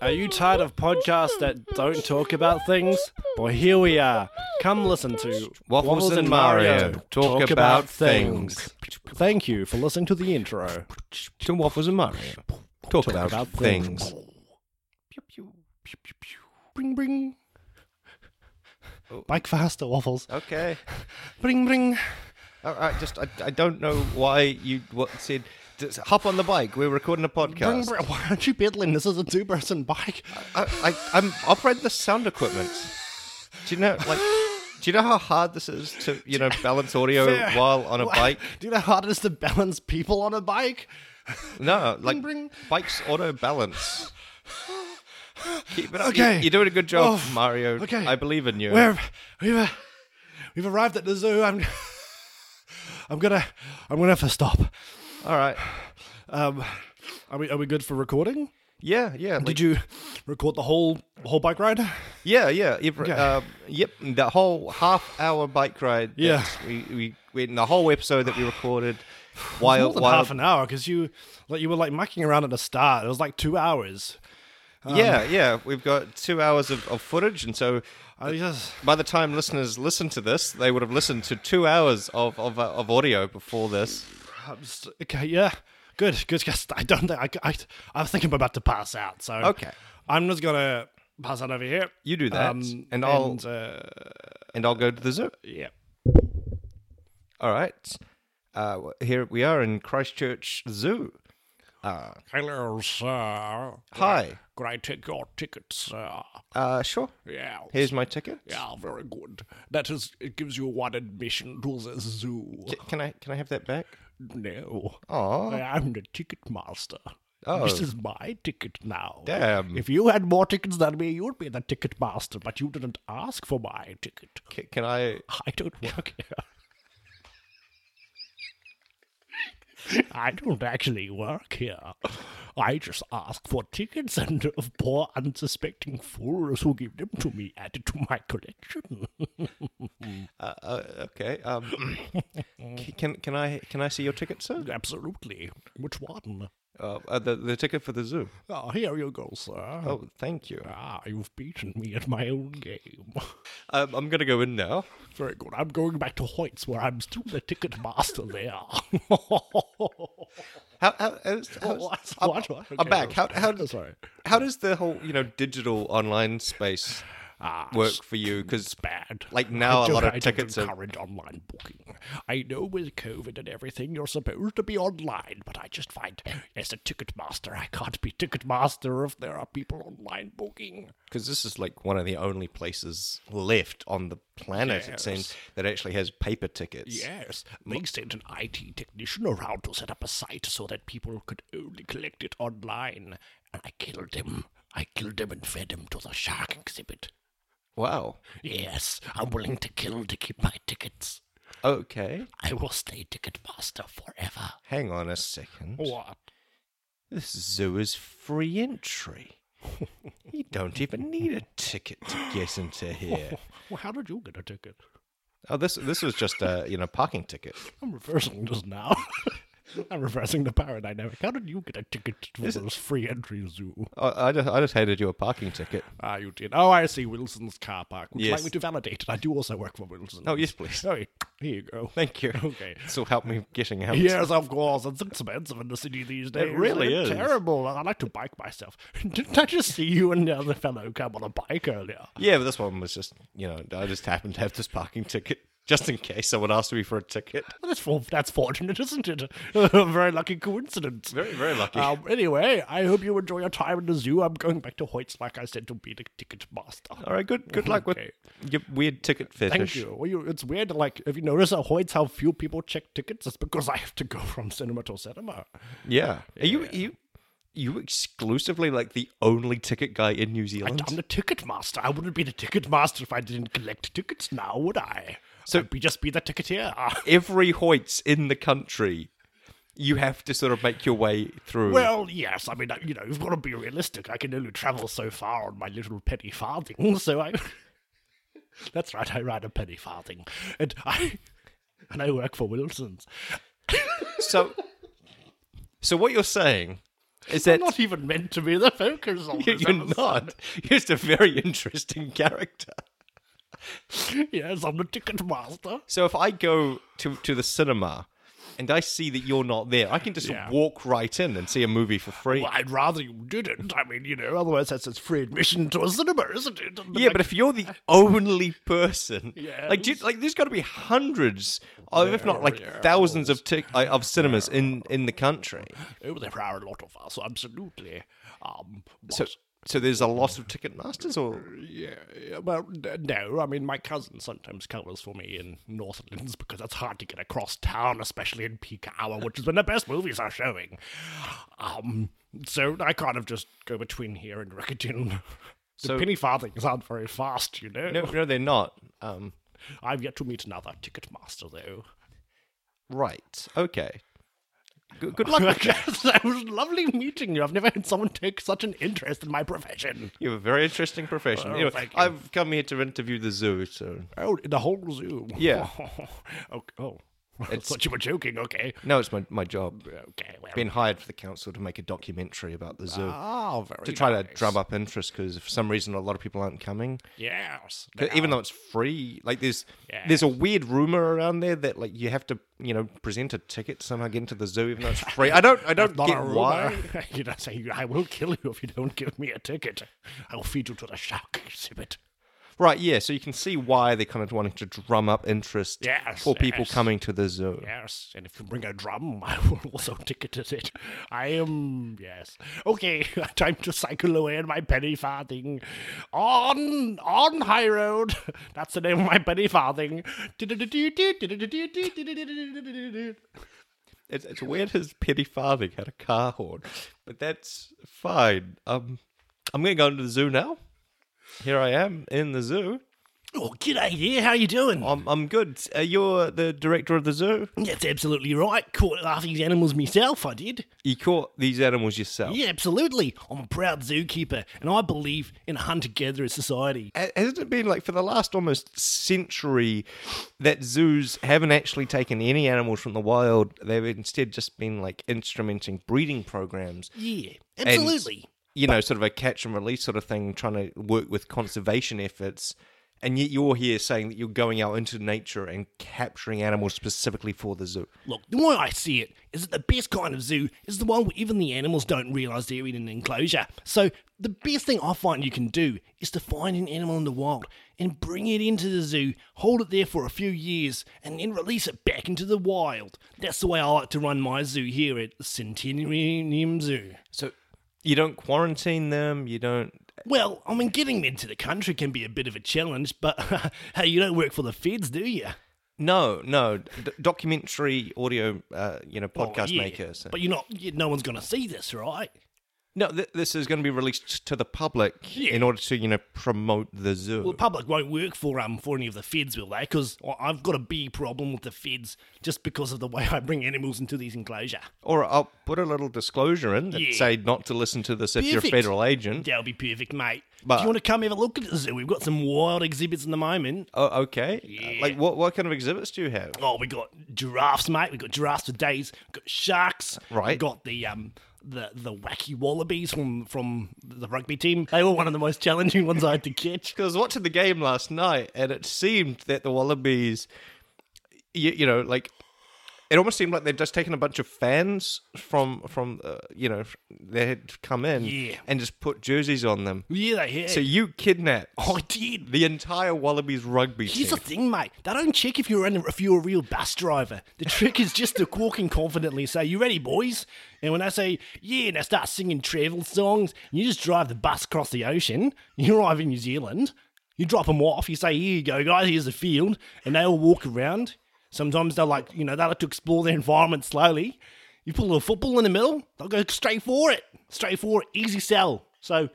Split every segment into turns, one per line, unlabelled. Are you tired of podcasts that don't talk about things? Well, here we are. Come listen to
Waffles and Mario Talk About Things.
Thank you for listening to the intro.
To waffles and Mario. Talk, about,
about
things.
Bring, bring.
Oh.
Bike faster, waffles.
Okay.
Bring, bring.
All right. Just I, I don't know why you what said. Just hop on the bike. We're recording a
Bring,
podcast.
bring. Why aren't you pedaling? This is a two-person bike.
I, I, I'm operating the sound equipment. Do you know like? Do you know how hard this is to you know balance audio
Fair.
Oh, while on a bike?
Do you know how hard it is to balance people on a bike?
No, like
bring.
bikes auto balance. Keep it up.
Okay.
You, you're doing a good job,
Oh,
Mario.
okay.
I believe in you.
We're, we've uh, we've arrived at the zoo. I'm I'm gonna I'm gonna have to stop.
All right.
Um, are we are we good for recording?
Yeah, yeah. like- Uh,
Did you record the whole whole bike ride?
Yeah, yeah. If,
Okay.
um, yep, the whole half hour bike ride.
Yeah.
that We, we, we, the whole episode that we recorded while.
More than
while
half an hour because you like you were like mucking around at the start. It was like two hours.
yeah, yeah. We've got two hours of, of footage. And so
I just
by the time listeners listen to this, they would have listened to two hours of, of, uh, of audio before this.
I'm just- okay. Yeah, good, good. 'cause I don't think I, c- I I was thinking I'm about to pass out. So
Okay.
I'm just gonna pass out over here.
You do that, and I'll-
uh,
And I'll go to the zoo.
yeah.
All right. Uh, here we are in Christchurch Zoo.
Hello, sir.
Hi.
Could I take your ticket, sir?
Uh, sure.
Yeah.
Here's my ticket.
Yeah, very good. That is, it gives you one admission to the zoo.
C- Can I can I have that back?
No.
Oh,
I'm the ticket master.
Oh.
This is my ticket now.
Damn.
If you had more tickets than me, you'd be the ticket master, but you didn't ask for my ticket.
can I
I don't work here. I don't actually work here. I just ask for tickets and of poor unsuspecting fools who give them to me added to my collection.
Uh, uh, okay. Um, c- can can I can I see your ticket, sir?
Absolutely. Which one?
Uh, uh, the the ticket for the zoo.
Ah, here you go, sir.
Oh, thank you.
Ah, you've beaten me at my own game.
Um, I'm gonna go in now.
Very good. I'm going back to Hoyt's where I'm still the ticket master there.
How how how's, how's,
What?
I'm,
What?
I'm
Okay.
back. How how does
Sorry.
how does the whole you know digital online space
Ah,
work for you? Because
bad.
like now a lot
I
of
don't
tickets are
encourage online booking. I know with COVID and everything, you're supposed to be online, but I just find as a ticket master, I can't be ticket master if there are people online booking.
because this is like one of the only places left on the planet it seems that actually has paper tickets.
Yes, they sent an IT technician around to set up a site so that people could only collect it online, and I killed him. I killed him and fed him to the shark exhibit.
Wow.
Yes, I'm willing to kill to keep my tickets.
Okay.
I will stay ticket master forever.
Hang on a second.
What?
This zoo is free entry. you don't even need a ticket to get into here.
Well, how did you get a ticket?
Oh, this this was just a you know parking ticket.
I'm reversing just now. I'm reversing the power dynamic. How did you get a ticket to this free entry zoo?
I, I just I just handed you a parking ticket.
Ah, you did. Oh, I see. Wilson's car park. Would you like
Yes.
me to validate it? I do also work for Wilson.
Oh yes, please.
Sorry. Here you go.
Thank you.
Okay.
This will help me getting out.
Yes, of course. It's expensive in the city these days.
really
It's
is.
Terrible. I like to bike myself. Didn't I just see you and the other fellow come on a bike earlier?
Yeah, but this one was just you know I just happened to have this parking ticket just in case someone asked me for a ticket.
Well, That's for, that's fortunate, isn't it? A very lucky coincidence.
Very very lucky.
Um, anyway, I hope you enjoy your time in the zoo. I'm going back to Hoyt's, like I said, to be the ticket master.
All right. Good good luck with
okay.
your weird ticket fetish.
Thank you. Well, you. It's weird, like, if you notice at Hoyt's how few people check tickets, it's because I have to go from cinema to cinema.
Yeah. Are you you you exclusively like the only ticket guy in New Zealand?
I'm the ticket master. I wouldn't be the ticket master if I didn't collect tickets now, would I? So
So-
I'd be just be the ticketeer. Ah,
every Hoyts in the country, you have to sort of make your way through.
Well, yes. I mean, I- you know, you've got to be realistic. I can only travel so far on my little penny farthing, so I. That's right. I ride a penny farthing, and I, and I work for Wilsons.
so, so what you're saying Is that
I'm not even meant to be the focus on
you-
this.
you're not? You're just a very interesting character.
episode. Yes, I'm the ticket master.
So if I go to to the cinema and I see that you're not there, I can just
Yeah.
walk right in and see a movie for free.
Well, I'd rather you didn't. I mean, you know, otherwise that's just free admission to a cinema, isn't it? And
Yeah,
like,
but if you're the only person, like, do you,
Yes.
like, there's got to be hundreds, of, if not like thousands of tic- uh, of cinemas in in the country.
oh, there are a lot of us, absolutely. Um, but,
So, so there's a lot of Ticketmasters, or
yeah, uh, well, n- no, I mean, my cousin sometimes covers for me in Northlands because it's hard to get across town, especially in peak hour, which is when the best movies are showing. Um, so I kind of just go between here and Rickerton. The
So-
penny farthings aren't very fast, you know.
no, no, they're not. Um,
I've yet to meet another Ticketmaster, though.
right, okay. Good, good luck.
that was lovely meeting you. I've never had someone take such an interest in my profession.
You have a very interesting profession.
Oh,
Anyway,
thank you.
I've come here to interview the zoo, so
Oh, the whole zoo.
Yeah.
oh, oh. I thought you were joking. Okay.
no, it's my my job.
Okay. Well.
Been hired for the council to make a documentary about the zoo.
oh, very.
to try to
nice.
drum up interest because for some reason a lot of people aren't coming.
Yes.
But ah. Even though it's free, like there's
Yeah.
there's a weird rumor around there that like you have to you know present a ticket somehow get into the zoo even though it's free. I don't I don't
Not
get
a
why.
rumor. you know, say I will kill you if you don't give me a ticket. I'll feed you to the shark exhibit.
Right, yeah. So you can see why they're kind of wanting to drum up interest
Yes,
for people
yes.
coming to the zoo.
Yes, and if you bring a drum, I will also ticket it. I am yes. Okay, time to cycle away in my penny farthing. On on high road. That's the name of my penny farthing.
It's, it's weird his petty farthing had a car horn, but that's fine. Um, I'm gonna go into the zoo now. Here I am in the zoo.
Oh, g'day here. How you doing?
I'm I'm good. Uh, you're the director of the zoo.
That's absolutely right. Caught half these animals myself. I did.
You caught these animals yourself.
Yeah, absolutely. I'm a proud zookeeper, and I believe in a hunter-gatherer society.
Ha- Hasn't it been like for the last almost century that zoos haven't actually taken any animals from the wild? They've instead just been like instrumenting breeding programs,
Yeah, absolutely.
you know, sort of a catch and release sort of thing, trying to work with conservation efforts. And yet you're here saying that you're going out into nature and capturing animals specifically for the zoo.
Look, the way I see it is that the best kind of zoo is the one where even the animals don't realise they're in an enclosure. So the best thing I find you can do is to find an animal in the wild and bring it into the zoo, hold it there for a few years, and then release it back into the wild. That's the way I like to run my zoo here at Centenarium Zoo.
So you don't quarantine them. You don't.
Well, I mean, getting them into the country can be a bit of a challenge, but hey, you don't work for the feds, do you?
No, no. D- documentary, audio, uh, you know, podcast
Oh, Yeah,
makers.
But you're not, you, no one's going to see this, right?
No, th- this is going to be released to the public in order to, you know, promote the zoo.
Well, the public won't work for um for any of the feds, will they? Because I've got a big problem with the feds just because of the way I bring animals into these enclosure.
or I'll put a little disclosure in that
Yeah.
say not to listen to this if you're a
Perfect.
federal agent.
That'll be perfect, mate. Do
But-
you want to come have a look at the zoo? We've got some wild exhibits in the moment.
Oh, okay. Uh, Like, what, what kind of exhibits do you have?
Oh, we got giraffes, mate. We got giraffes for days. We got sharks. We
Right.
got the um the the wacky wallabies from from the rugby team. They were one of the most challenging ones I had to catch.
Because I was watching the game last night and it seemed that the Wallabies, you, you know, like, it almost seemed like they'd just taken a bunch of fans from, from uh, you know, they had come in
Yeah.
and just put jerseys on them.
Yeah, Oh, they had.
So you kidnapped
I did.
the entire Wallabies rugby team.
Here's the thing, mate. They don't check if you're an, if you're a real bus driver. The trick is just to walk in confidently. and Say, "You ready, boys?" And when they say, "Yeah," and they start singing travel songs, and you just drive the bus across the ocean. You arrive in New Zealand. You drop them off. You say, "Here you go, guys. Here's the field," and they all walk around. Sometimes they're like, you know, they like to explore their environment slowly. You pull a football in the middle, they'll go straight for it. Straight for it. Easy sell. So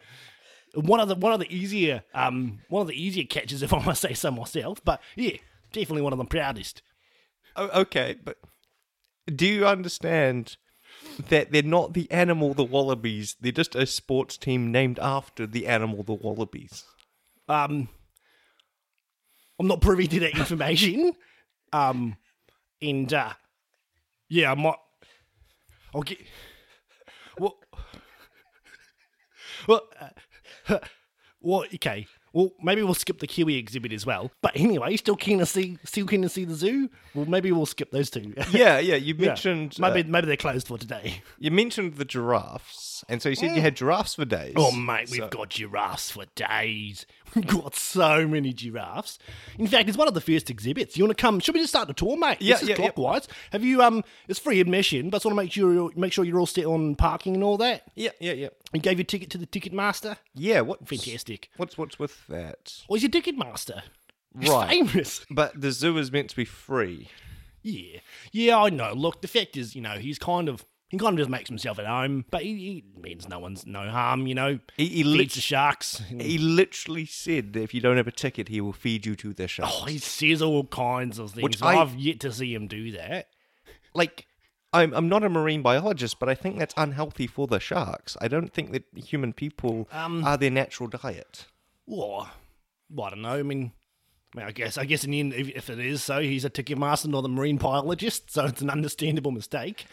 one of the one of the easier um one of the easier catches if I must say so myself. But yeah, definitely one of the proudest.
O- Oh, okay, but do you understand that they're not the animal the wallabies? They're just a sports team named after the animal the wallabies.
Um, I'm not privy to that information. Um, and uh, yeah, I might. I'll get. Well, well, uh, well, okay. Well, maybe we'll skip the Kiwi exhibit as well. But anyway, still keen to see, still keen to see the zoo. Well, maybe we'll skip those two.
Yeah, yeah. You
Yeah.
mentioned
maybe
uh,
maybe they're closed for today.
you mentioned the giraffes, and so you said you had giraffes for days.
Oh mate, we've got giraffes for days. We've got so many giraffes. In fact, it's one of the first exhibits. You want to come? Should we just start the tour, mate?
Yeah,
this is
yeah, yeah.
clockwise. Have you um? It's free admission, but I just want to make sure you're, make sure you're all set on parking and all that.
yeah, yeah, yeah,
You gave your ticket to the ticket master.
yeah. What?
Fantastic.
What's what's with that?
Or is your ticket master? He's
Right.
famous.
But the zoo is meant to be free.
Yeah, yeah, I know. Look, the fact is, you know, he's kind of he kind of just makes himself at home, but he, he means no one's no harm. You know,
He- he lit-
feeds the sharks. and-
He literally said that if you don't have a ticket, he will feed you to the shark.
Oh, he says all kinds of things.
Which
I...
I-
have yet to see him do that.
Like, I'm I'm not a marine biologist, but I think that's unhealthy for the sharks. I don't think that human people are their natural diet.
Well, I don't know. I mean, I, mean, I guess I guess in the end, if, if it is so, he's a ticket master, not a marine biologist, so it's an understandable mistake.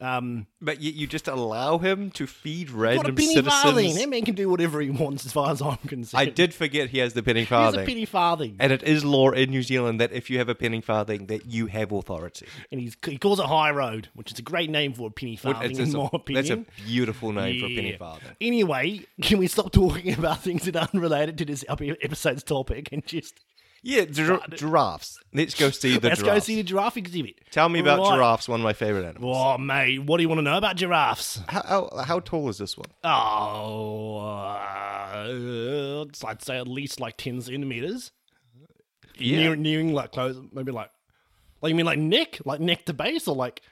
But you, you just allow him to feed
What a
random
penny farthing! That
citizens.
man can do whatever he wants, as far as I'm concerned.
I did forget he has the penny
He's
farthing.
a penny farthing,
And it is law in New Zealand that if you have a penny farthing, that you have authority.
and he's, he calls it high road, which is a great name for a penny farthing,
It's-
in
it's a-
my opinion.
That's a beautiful name for a penny
Yeah.
farthing.
Anyway, can we stop talking about things that are unrelated to this epi- episode's topic and just
Yeah, gir- giraffes. Let's go see the
let's go
giraffes.
see the giraffe exhibit?
Tell me about
Right.
giraffes, one of my favorite animals.
Oh, mate, what do you want to know about giraffes?
How, how, how tall is this one?
Oh, uh, I'd say at least like 10 centimeters.
Yeah.
Near, nearing like close, maybe like, like you mean like neck? Like neck to base or like,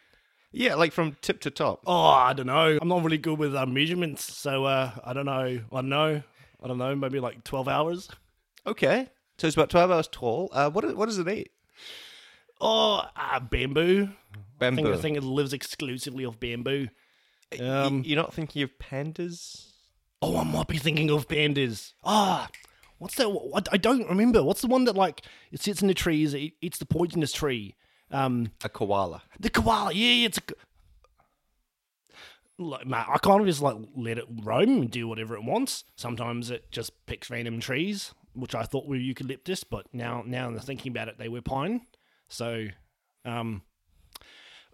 Yeah, like from tip to top.
oh, I don't know. I'm not really good with uh, measurements. So uh, I don't know. I don't know. I don't know. Maybe like 12 hours.
Okay. So it's about 12 hours tall. Uh, what, what does it eat?
Oh, uh, bamboo. I think,
Bamboo.
I think um, it lives exclusively off bamboo.
Y- You're not thinking of pandas?
Oh, I might be thinking of pandas. Ah, what's that? What, I don't remember. What's the one that like it sits in the trees, it eats the poisonous tree? Um,
A koala.
the koala. Yeah, yeah, it's a. ko- Like, mate, I kind of just like let it roam and do whatever it wants. Sometimes it just picks random trees, which I thought were eucalyptus, but now now I'm thinking about it, they were pine. So, um.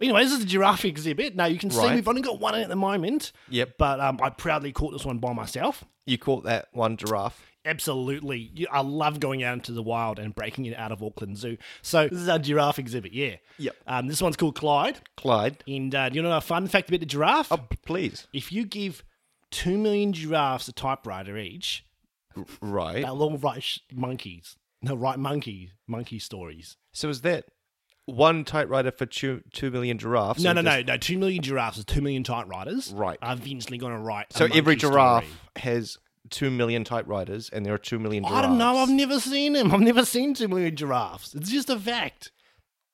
Anyway, this is the giraffe exhibit. Now you can see
Right.
we've only got one at the moment.
Yep.
But um, I proudly caught this one by myself.
You caught that one giraffe.
Absolutely. You, I love going out into the wild and breaking it out of Auckland Zoo. So this is our giraffe exhibit, yeah.
Yep.
Um, this one's called Clyde.
Clyde.
And uh, do you know a fun fact about the giraffe?
Oh, p- please.
If you give two million giraffes a typewriter each,
Right.
they'll all write sh- monkeys. They'll write monkey, monkey stories.
So is that one typewriter for two, two million giraffes?
No,
or
no,
just-
no, no. Two million giraffes is two million typewriters.
Right.
Are eventually going to write. a
So every
monkey
giraffe
story.
has two million typewriters, and there are two million giraffes.
I don't know. I've never seen them. I've never seen two million giraffes. It's just a fact.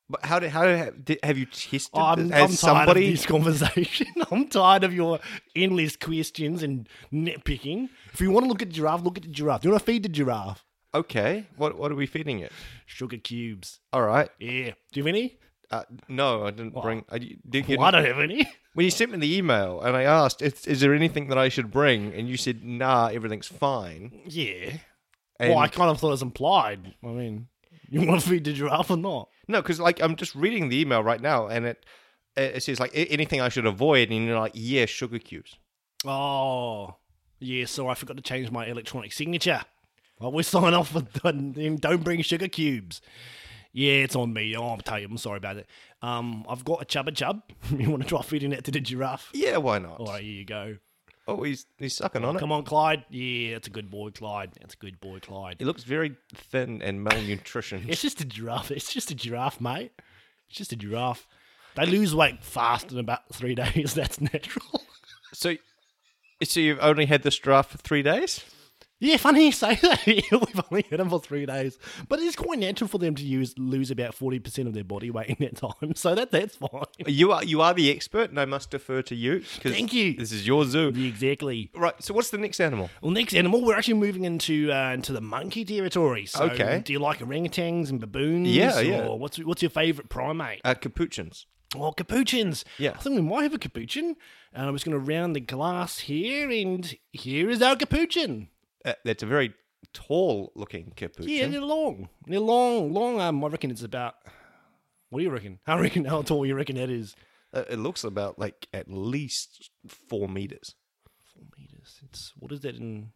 But how did, how did, did- have you tested?
I'm,
this?
I'm
Has
tired
somebody
of this conversation. I'm tired of your endless questions and nitpicking. If you want to look at giraffe, look at the giraffe. Do you want to feed the giraffe?
okay? What what are we feeding it?
Sugar cubes.
All right.
Yeah. Do you have any?
Uh, no, I didn't bring. I, did you,
Well, I don't have any.
when you sent me the email and I asked, is, is there anything that I should bring? And you said, Nah, everything's fine.
Yeah.
And,
well, I kind of thought it was implied. I mean, you want to feed the giraffe or not?
No, because like I'm just reading the email right now, and it it says like "A- anything I should avoid, and you're like, yeah, sugar cubes.
Oh, yeah. So I forgot to change my electronic signature. I always sign off with don't, don't bring sugar cubes. Yeah, it's on me. Oh, I'll tell you, I'm sorry about it. Um, I've got a chubba chub. you want to try feeding that to the giraffe?
Yeah, why not?
All right, here you go.
Oh, he's he's sucking on it.
Come on, Clyde. Yeah, that's a good boy, Clyde. That's a good boy, Clyde.
It looks very thin and malnutrition.
It's just a giraffe. It's just a giraffe, mate. It's just a giraffe. They lose weight fast in about three days. That's natural.
so, so you've only had this giraffe for three days?
Yeah, funny you say that. We've only had them for three days, but it's quite natural for them to use lose about forty percent of their body weight in that time. So that that's fine.
You are you are the expert, and I must defer to you. 'cause
Thank you.
This is your zoo.
Exactly.
Right. So, what's the next animal?
Well, next animal, we're actually moving into uh, into the monkey territory. So,
Okay.
do you like orangutans and baboons?
Yeah, yeah.
Or what's what's your favorite primate?
Uh, capuchins.
Well, capuchins.
Yeah.
I think we might have a capuchin. And I'm just going to round the glass here, and here is our capuchin.
Uh, that's a very tall looking capuchin.
Yeah, they're long. They're long, long. Um, I reckon it's about. What do you reckon? I reckon how tall you reckon that is?
Uh, it looks about like at least four meters.
Four meters. It's what is that in?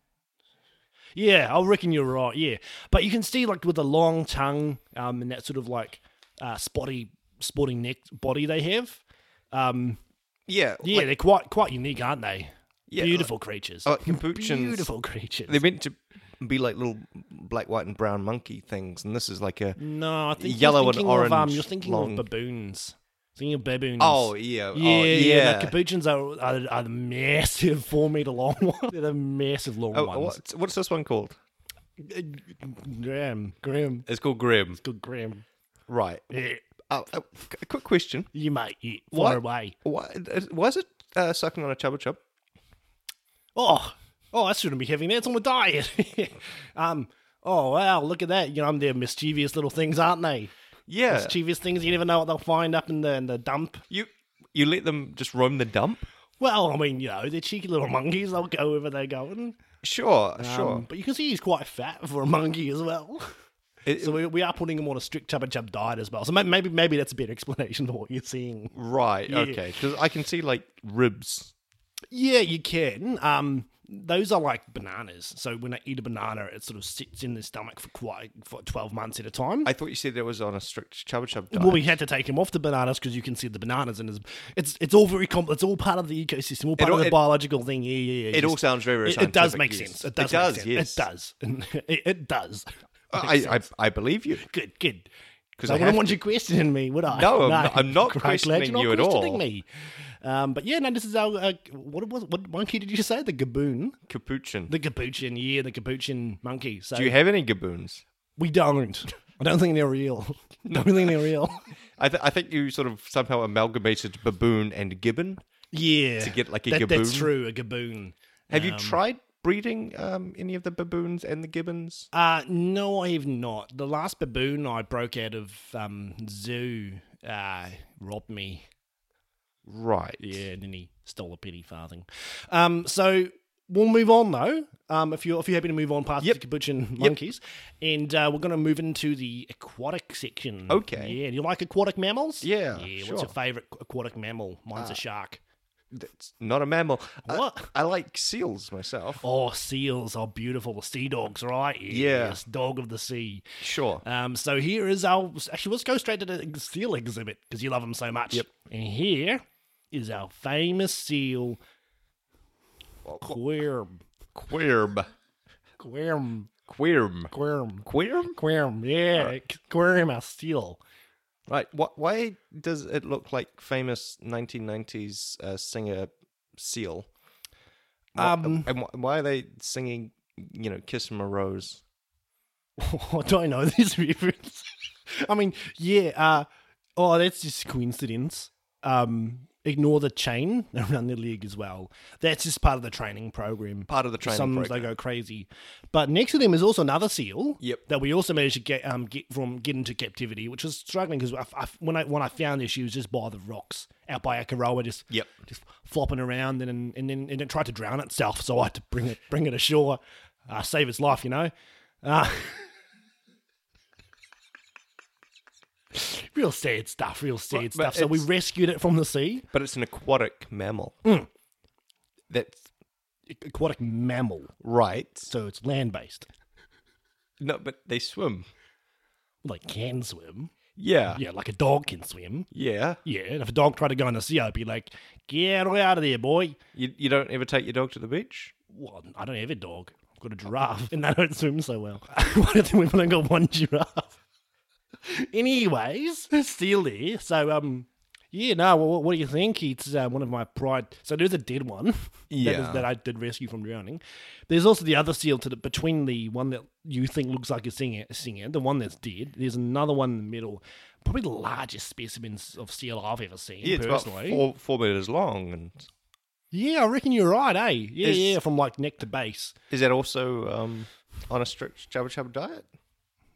Yeah, I reckon you're right. Yeah, but you can see like with the long tongue um, and that sort of like uh, spotty, sporting neck body they have. Um,
Yeah,
yeah,
like-
they're quite quite unique, aren't they?
Yeah,
beautiful creatures.
like capuchins.
Beautiful creatures.
they're meant to be like little black, white, and brown monkey things, and this is like a
No, I think you're
Yellow and
thinking Of, um,
orange
you're thinking
long.
of baboons. Thinking of baboons.
oh yeah,
Yeah,
oh,
yeah. no, capuchins are, are are the massive four meter long ones. They're the massive long
Oh,
ones.
what's, what's this one called?
Uh, Graham, Graham,
It's called Grim.
good Graham.
Right.
Yeah,
Uh, uh, c- a quick question.
you mate, yeah,
What?
far away.
Why, uh, why is it uh, sucking on a chubba chub?
Oh, oh, I shouldn't be having that. It's on the diet. um, oh wow, look at that. You know, they're mischievous little things, aren't they?
Yeah.
Mischievous things. You never know what they'll find up in the in the dump.
You you let them just roam the dump?
Well, I mean, you know, they're cheeky little monkeys. They'll go wherever they're going.
Sure,
Um,
sure.
but you can see he's quite fat for a monkey as well.
It-
so we, we are putting him on a strict chubba chub diet as well. So may- maybe maybe that's a better explanation for what you're seeing.
Right. Okay. Because I can see like ribs.
Yeah, you can. Um, those are like bananas. So when I eat a banana, it sort of sits in the stomach for quite for twelve months at a time.
I thought you said that was on a strict chubba chub diet.
well, we had to take him off the bananas because you can see the bananas, and it's it's, it's all very com- it's all part of the ecosystem, all part
all-
of the
it-
biological thing. Yeah, yeah, yeah.
it all
Yes.
sounds very, very
it, it does
scientific,
make
yes.
sense. It
It
does.
does,
Make
yes.
sense. It does. it, it does.
I, I, I believe you.
good, good. Because
'Cause I
I
have
wouldn't want you questioning me, would I?
No, I'm not- I'm not
Great, glad
questioning
you're not
you at
questioning
all.
Me. Um, but yeah, no, this is our uh, what was what monkey did you say? The gaboon,
Capuchin.
the capuchin, yeah, the capuchin monkey. So
Do you have any gaboons?
we don't. I don't think they're real. don't think they're real.
I, th- I think you sort of somehow amalgamated baboon and gibbon.
Yeah, to
get, like, a
That's
gaboon?
true, a gaboon.
Have you tried breeding um, any of the baboons and the gibbons?
Uh, no, I have not. The last baboon I broke out of um, zoo uh, robbed me.
Right.
Yeah, and then he stole a penny farthing. Um, so we'll move on though. Um, if you're if you're happy to move on past the capuchin monkeys, and uh, we're going to move into the aquatic section.
Okay.
Yeah, do you like aquatic mammals?
Yeah,
Yeah.
sure. Ah.
What's your favourite aqu- aquatic mammal? Mine's a shark.
That's not a mammal. I-
What?
I, like seals myself.
Oh, seals are beautiful. The sea dogs, right?
Yeah.
Yes, dog of the sea.
Sure.
Um, so here is our. Actually, let's go straight to the seal exhibit because you love them so much. Yep. And here is our famous seal, Quirm.
Quirb.
Quirm.
Quirm.
Quirm.
Quirm?
Quirm. Yeah. Quirm our seal.
Right. Wh- why does it look like famous 1990s uh, singer Seal? Wh-
Um,
and wh- why are they singing, you know, Kiss from a Rose?
I don't know this reference. I mean, yeah. Uh, oh, that's just coincidence. Um, ignore the chain around the leg as well. That's just part of the training program.
Part of the training
Sometimes
program.
they go crazy. But next to them is also another seal.
Yep.
That we also managed to get um get from get into captivity, which was struggling because I, I, when I when I found this, she was just by the rocks out by Akaroa, just
Yep.
just flopping around, and and and then and it tried to drown itself. So I had to bring it bring it ashore, uh, save its life, you know. Uh, real sad stuff. Real sad
But- but
stuff. So we
it's-
rescued it from the sea.
But it's an aquatic mammal. That's
Aquatic mammal,
right.
so it's land based.
No, but they swim.
Well, they can swim.
Yeah.
Yeah, like a dog can swim.
Yeah.
Yeah, and if a dog tried to go in the sea, I'd be like, get out of there, boy.
You, you don't ever take your dog to the beach?
Well, I don't have a dog. I've got a giraffe, and they don't swim so well. Why do you think we've only got one giraffe? Anyways, it's still there. So, um, yeah, no, well, what do you think? It's uh, one of my pride. So there's a dead one that,
Yeah.
is, that I did rescue from drowning. There's also the other seal to the, between the one that you think looks like a singer, singer, the one that's dead. There's another one in the middle, probably the largest specimens of seal I've ever seen.
Yeah, it's about
personally.
four, four meters long. And
Yeah, I reckon you're right, eh? Yeah,
Is-
yeah, from like neck to base.
is that also um, on a strict chubba chubba diet?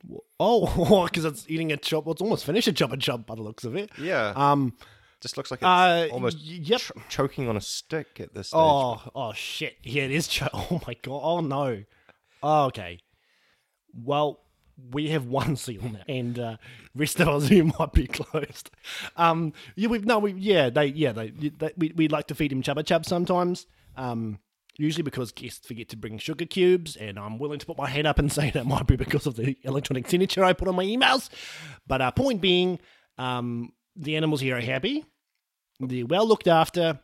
Oh, because it's eating a chop. Well, it's almost finished a chop and chop by the looks of it.
Yeah.
Um,
Just looks like it's
Uh,
almost
y- yep.
ch- choking on a stick at this stage.
Oh, oh shit! Yeah, it is. Cho- oh my god! Oh no! Oh, okay. Well, we have one seal now, and uh, rest of us who might be closed. Um, yeah, we've no, we yeah, they yeah they, they we we like to feed him chubba chub sometimes. Um, usually because guests forget to bring sugar cubes, and I'm willing to put my hand up and say that might be because of the electronic signature I put on my emails. But uh, point being, um, the animals here are happy they're well looked after,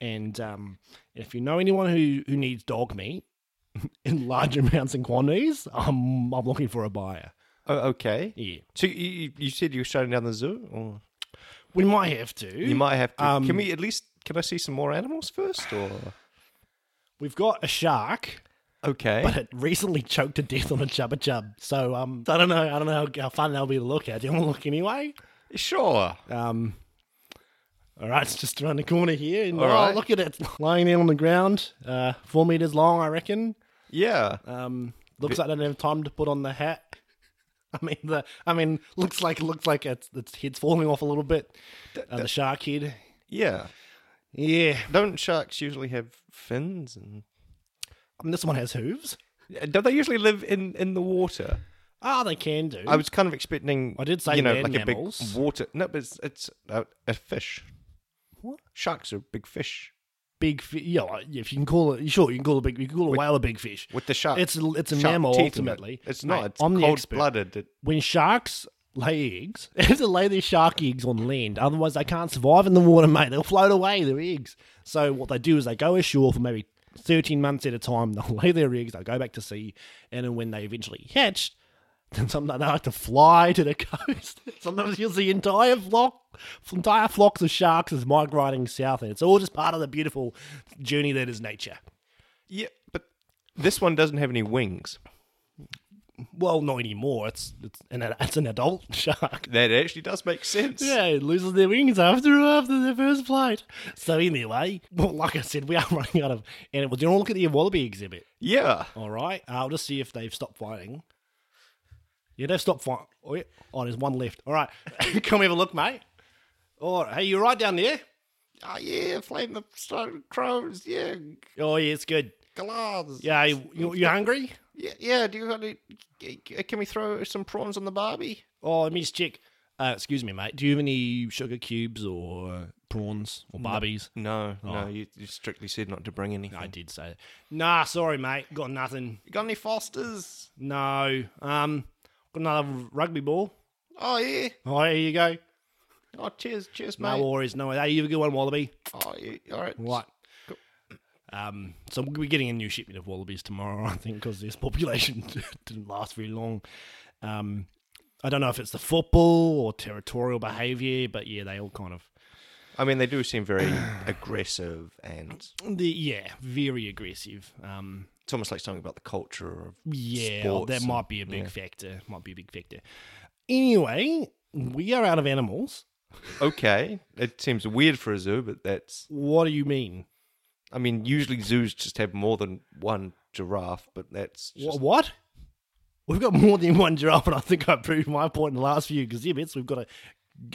and um, if you know anyone who, who needs dog meat in large amounts and quantities, I'm I'm looking for a buyer.
Oh, okay.
Yeah,
So you- you, you said you were shutting down the zoo, or
we might have to.
you might have to.
Um,
can we at least? Can I see some more animals first, or
We've got a shark,
okay?
but it recently choked to death on a chubba chub. So um, I don't know. I don't know how, how fun that'll be to look at. Do you want to look anyway?
sure.
Um, all right, it's just around the corner here. And,
All
oh,
right.
look at it lying down on the ground, uh, four meters long, I reckon.
Yeah.
Um, looks like I don't have time to put on the hat. I mean, the I mean, looks like looks like its its head's falling off a little bit. Uh, the shark head.
Yeah.
Yeah,
Don't sharks usually have fins? And
I mean, this one has hooves.
don't they usually live in in the water?
Ah, they can do.
I was kind of expecting.
I did say
you know,
land
like
mammals.
a big water. No, but it's it's a, a fish.
What?
Sharks are big fish.
big fish. Yeah, like, if you can call it, sure, you can call a big, you can call a whale a big fish.
With the shark,
It's a- it's a
shark
mammal
teeth in it.
ultimately.
It's
Mate,
not. It's
I'm the
cold
expert.
blooded. It,
When sharks lay eggs, they have to lay their shark eggs on land. Otherwise, they can't survive in the water, mate. They'll float away their eggs. So what they do is they go ashore for maybe thirteen months at a time. They'll lay their eggs. They'll go back to sea, and then when they eventually hatch, then sometimes they like to fly to the coast. sometimes you'll see entire flock, entire flocks of sharks is migrating south, and it's all just part of the beautiful journey that is nature.
yeah, but this one doesn't have any wings.
Well, not anymore. It's it's an it's an adult shark.
That actually does make sense.
Yeah, it loses their wings after after their first flight. So anyway, well, like I said, we are running out of animals. Do you want to look at the wallaby exhibit?
Yeah.
All right, I'll just see if they've stopped fighting. Yeah, they've stopped fighting. Oh, yeah. oh, there's one left. All right, come have a look, mate. All right, hey, you right down there?
Oh, yeah, flame the starting crows. Yeah,
Oh yeah, it's good.
glass.
Yeah, you, you, you hungry?
yeah, yeah. Do you want to? uh, Can we throw some prawns on the barbie?
Oh, let me just check. Uh, excuse me, mate. Do you have any sugar cubes or prawns or barbies?
No, no. You, you strictly said not to bring anything.
I did say that. Nah, sorry, mate. Got nothing.
You got any Fosters?
No. Um, got another rugby ball.
Oh yeah.
Oh, here you go.
Oh, cheers, cheers,
No
mate.
worries. No worries. Hey, you have a good one, Wallaby.
Oh, yeah, all right.
Right. Um, so we'll be getting a new shipment of wallabies tomorrow, I think, because this population didn't last very long. Um, I don't know if it's the football or territorial behaviour, but yeah, they all kind of
I mean, they do seem very aggressive, and
the yeah very aggressive. Um,
it's almost like something about the culture of
Yeah,
sports
that
and-
might be a big
yeah.
factor. Might be a big factor. Anyway, we are out of animals.
Okay, it seems weird for a zoo, but that's.
What do you mean?
I mean, usually zoos just have more than one giraffe, but that's
Wha-
just.
what? We've got more than one giraffe, and I think I proved my point in the last few exhibits. We've got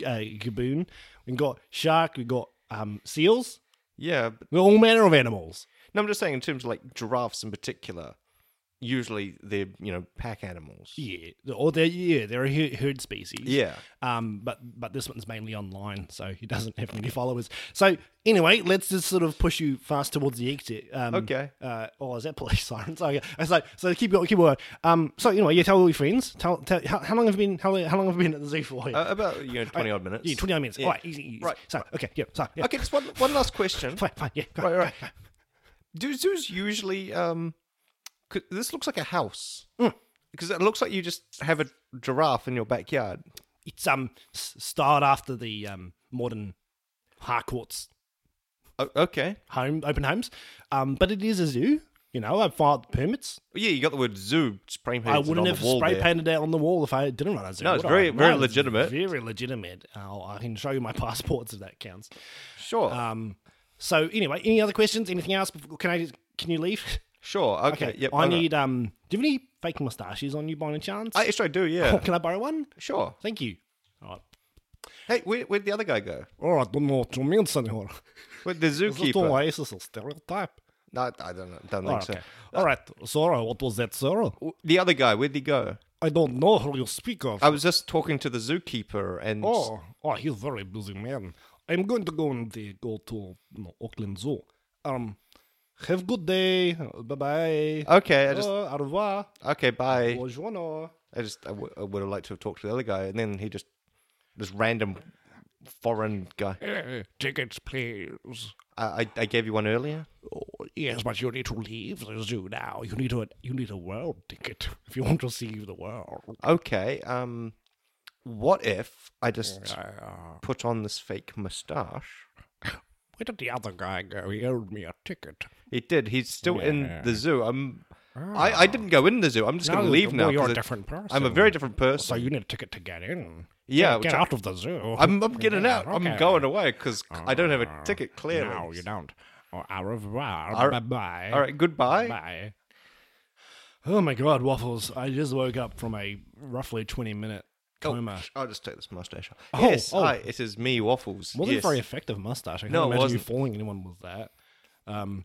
a, a gaboon, we've got shark, we've got um, seals,
Yeah, but
we've got all manner of animals.
no, I'm just saying in terms of like giraffes in particular. Usually they're you know pack animals.
Yeah, or they're yeah they're a her- herd species.
Yeah.
Um, but but this one's mainly online, so he doesn't have many followers. So anyway, let's just sort of push you fast towards the exit. Um,
Okay.
Uh, oh, is that police sirens? Okay. So so keep going, keep going. Um. So anyway, yeah, tell all your friends. Tell, tell how, how long have you been how, how long have you been at the zoo for?
Uh, about you know twenty odd minutes.
yeah, twenty nine minutes. All right, easy, easy.
Right.
So okay, yeah. So yeah.
Okay, just one one last question.
Fine, fine. Yeah. Go,
Right,
go,
right.
go.
Do zoos usually? Um, 'cause this looks like a house because it looks like you just have a giraffe in your backyard.
It's um s- styled after the um modern Harcourt's
O- Oh, okay.
home open homes, um, but it is a zoo. You know, I filed permits.
Yeah, you got the word zoo spray painted
I wouldn't
on
have
the wall
spray
there.
painted it on the wall if I didn't run a zoo.
No, it's
would
very-
I?
very
it's
legitimate.
Very legitimate. Oh, I can show you my passports if that counts.
Sure,
Um, so anyway, any other questions? Anything else? before- Can I? Can you leave?
sure. Okay. Yep.
I
all right.
need. Um, do you have any fake mustaches on you by any chance?
I actually do. Yeah.
can I borrow one?
sure.
Thank you. All right.
Hey, where, where'd the other guy go?
Oh, I don't know what you mean, senor.
Where'd the
Is this all
zookeeper?
racist or stereotype?
No, I don't know. Don't
Oh,
think
okay.
so.
All right, Zora, what was that, Zora?
W- The other guy, where'd he go?
I don't know who you speak of.
I was just talking to the zookeeper, and
Oh, oh, he's a very busy man. I'm going to go and uh, go to you know, Auckland Zoo. Um, have a good day. Bye bye.
okay, I just
au revoir.
okay, bye.
Buongiorno.
I just I, w- I would have liked to have talked to the other guy, and then he just this random foreign guy.
Eh, tickets, please.
I I, I gave you one earlier.
Oh, yes, but you need to leave the zoo now. You need a you need a world ticket if you want to see the world.
Okay, um, what if I just
Uh,
put on this fake mustache?
where did the other guy go? He owed me a ticket.
He did. He's still in the zoo. I'm. I, I didn't go in the zoo. I'm just going to
Oh. No,
leave now.
well, you're
'cause
a
it-
different person. Oh,
I'm a very different
So
person.
you need a ticket to get in.
Yeah,
get,
which
get
I-
out of the zoo.
I'm, I'm getting
Yeah,
out.
okay. Oh.
I'm going away because I don't have a ticket clearance.
No, you don't. Oh, au revoir.
Au-
bye bye.
All right, goodbye.
Bye. Oh my god, Waffles. I just woke up from a roughly 20 minute
Oh,
coma.
I'll just take this mustache off.
Oh,
yes,
oh.
hi, it is me, Waffles.
Wasn't
yes.
very effective mustache. I can't
No, it
imagine you
wasn't.
fooling anyone with that. Um,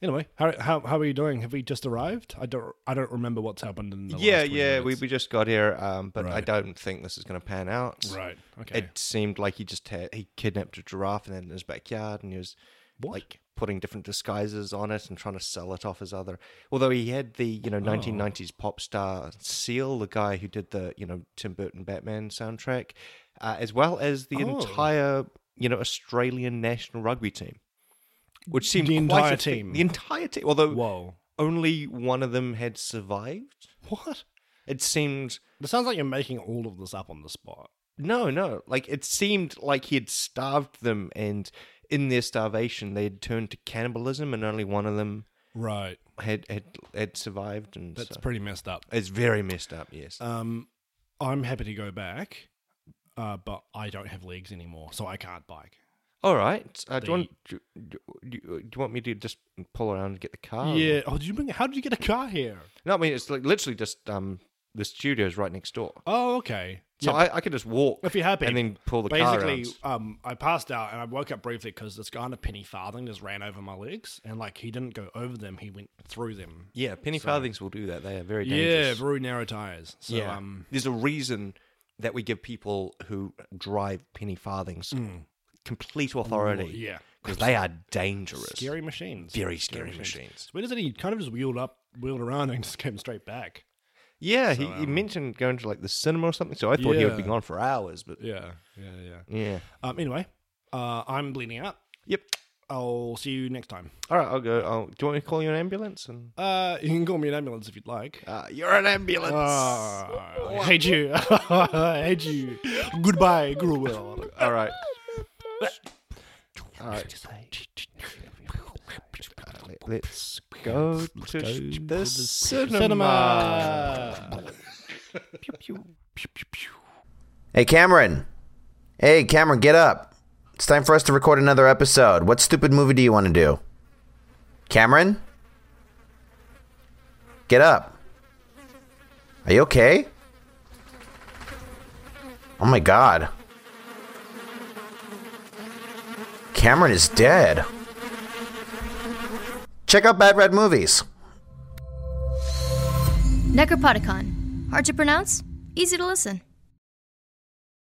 anyway, how, how, how are you doing? Have we just arrived? I don't I don't remember what's happened in the
yeah,
last 20
yeah, we,
minutes.
we just got here, um, but I
Right.
don't think this is going to pan out.
right. Okay.
It seemed like he just had, he kidnapped a giraffe and then in his backyard, and he was
What?
like putting different disguises on it and trying to sell it off as other. Although he had the you
Oh.
know 1990s pop star Seal, the guy who did the you know Tim Burton Batman soundtrack, uh, as well as the
Oh.
entire you know Australian national rugby team, which seemed
The
quite
entire
a thing-
team.
the entire team. Although
Whoa.
only one of them had survived,
What?
it seemed.
It sounds like you're making all of this up on the spot.
No, no. Like it seemed like he had starved them, and in their starvation, they had turned to cannibalism, and only one of them
Right.
had had, had survived. And
That's
so-
pretty messed up.
it's very messed up. Yes.
Um, I'm happy to go back, uh, but I don't have legs anymore, so I can't bike.
All right. Uh, do you want do, do, do you want me to just pull around and get the car? or-
Yeah. Oh, did you bring? How did you get a car here?
No, I mean it's like literally just um the studio's right next door,
Oh, okay.
so I, I could just walk
If you're happy,
and then pull the car
Basically,
around.
um, I passed out and I woke up briefly because this guy in a penny farthing just ran over my legs, and like he didn't go over them, he went through them.
Yeah, penny farthings will do that. They are very
Yeah,
dangerous.
very narrow tires. So,
Yeah.
um,
There's a reason that we give people who drive penny farthings complete authority.
yeah.
Because they are dangerous.
scary machines.
Very scary machines.
So where does it? He kind of just wheeled up, wheeled around, and just came straight back.
Yeah, he, he mentioned going to like the cinema or something, so I thought he would be
Yeah.
gone for hours, but
Yeah, yeah, yeah.
yeah.
Um, anyway, uh, I'm bleeding out.
Yep.
I'll see you next time.
All right, I'll go. I'll, do you want me to call you an ambulance? And
Uh, you can call me an ambulance if you'd like.
uh, You're an ambulance!
Ah, I hate you. I hate you. Goodbye, Guru World.
All right. All right. Uh, let- Let's go to the cinema.
Cinema.
Hey, Cameron. Hey, Cameron, get up. It's time for us to record another episode. What stupid movie do you want to do? Cameron? Get up. Are you okay? Oh my god. Cameron is dead. Check out Bad Red Movies.
Necropodicon. Hard to pronounce, easy to listen.